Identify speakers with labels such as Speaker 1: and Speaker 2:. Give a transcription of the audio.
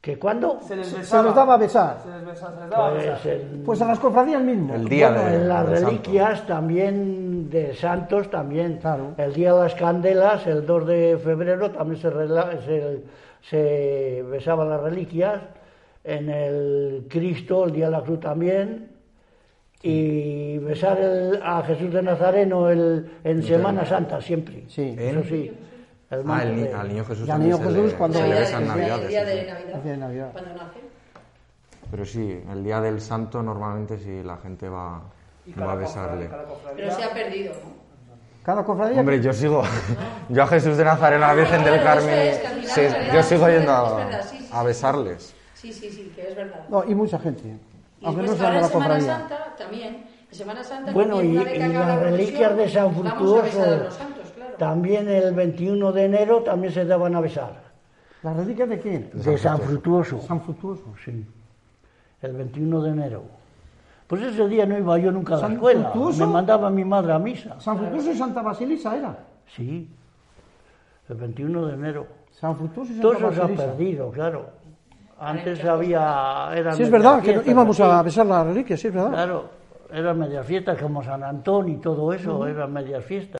Speaker 1: ¿Que cuándo?
Speaker 2: Se les
Speaker 3: Se- se
Speaker 2: besaba.
Speaker 3: les daba a besar.
Speaker 2: Se les besa- se les daba a besar.
Speaker 1: Pues en,
Speaker 3: Pues a las cofradías mismo.
Speaker 4: El día
Speaker 1: bueno,
Speaker 4: eh, de,
Speaker 1: en las
Speaker 4: del santo.
Speaker 1: reliquias también de santos también.
Speaker 3: Claro.
Speaker 1: El día de las candelas, el 2 de febrero también se, rela- se, se besaban las reliquias. En el Cristo, el día de la cruz también. Y besar el- a Jesús de Nazareno el, en Semana Santa siempre.
Speaker 3: Sí.
Speaker 1: Eso sí. El
Speaker 4: Ah,
Speaker 1: manto
Speaker 4: el, ni-
Speaker 1: de-
Speaker 4: al niño Jesús
Speaker 3: Y al
Speaker 4: también
Speaker 3: niño
Speaker 4: se
Speaker 3: Jesús
Speaker 4: le,
Speaker 3: cuando-
Speaker 4: se le
Speaker 3: Navidades,
Speaker 4: besan
Speaker 3: el día-
Speaker 4: navidades.
Speaker 5: El día de
Speaker 4: sí.
Speaker 5: Navidad.
Speaker 3: El día de Navidad.
Speaker 5: Cuando nace.
Speaker 4: Pero sí, el día del santo normalmente sí la gente va,
Speaker 2: Y
Speaker 4: Pues, va
Speaker 2: cada
Speaker 4: a
Speaker 2: cofradía-
Speaker 4: besarle.
Speaker 2: cada cofradía-
Speaker 5: Pero se ha perdido, ¿no?
Speaker 3: Cada cofradía.
Speaker 4: Hombre, yo sigo. Yo a Jesús de Nazareno, a la Virgen del
Speaker 5: Bueno, eso
Speaker 4: Carmen.
Speaker 5: es, que al final
Speaker 4: sí,
Speaker 5: en realidad
Speaker 4: yo
Speaker 5: es
Speaker 4: sigo
Speaker 5: verdad,
Speaker 4: yendo
Speaker 5: es
Speaker 4: a,
Speaker 5: verdad, sí, sí,
Speaker 4: a
Speaker 5: sí.
Speaker 4: besarles.
Speaker 5: Sí, sí, sí, que es verdad.
Speaker 3: No, y mucha gente.
Speaker 5: Y
Speaker 3: Aunque
Speaker 5: después
Speaker 3: no sea
Speaker 5: ahora
Speaker 3: de la
Speaker 5: en Semana
Speaker 3: cofradía.
Speaker 5: Santa también. En Semana Santa
Speaker 1: Bueno,
Speaker 5: también,
Speaker 1: y,
Speaker 5: una vez que
Speaker 1: y
Speaker 5: acaba la
Speaker 1: las
Speaker 5: procesión,
Speaker 1: reliquias de San
Speaker 5: vamos a
Speaker 1: Fructuoso,
Speaker 5: besar a los santos, claro.
Speaker 1: también el 21 de enero también se daban a besar.
Speaker 3: ¿Las reliquias de quién?
Speaker 1: De San Fructuoso,
Speaker 3: San Fructuoso.
Speaker 1: sí, el 21 de enero. Pues ese día no iba yo nunca a la
Speaker 3: ¿San
Speaker 1: escuela,
Speaker 3: Fructuoso?
Speaker 1: me mandaba mi madre a misa.
Speaker 3: San Fructuoso y Santa Basilisa era.
Speaker 1: Sí, el 21 de enero.
Speaker 3: San Fructuoso y
Speaker 1: Todo
Speaker 3: Santa
Speaker 1: eso se ha
Speaker 3: Basilisa.
Speaker 1: perdido, claro. Antes había... Era
Speaker 3: Sí, es verdad, que
Speaker 1: media
Speaker 3: no-
Speaker 1: fiesta,
Speaker 3: íbamos
Speaker 1: pero
Speaker 3: a
Speaker 1: sí.
Speaker 3: besar las reliquias, sí, es verdad.
Speaker 1: Claro, eran medias fiestas como San Antón y todo eso, eran medias fiestas.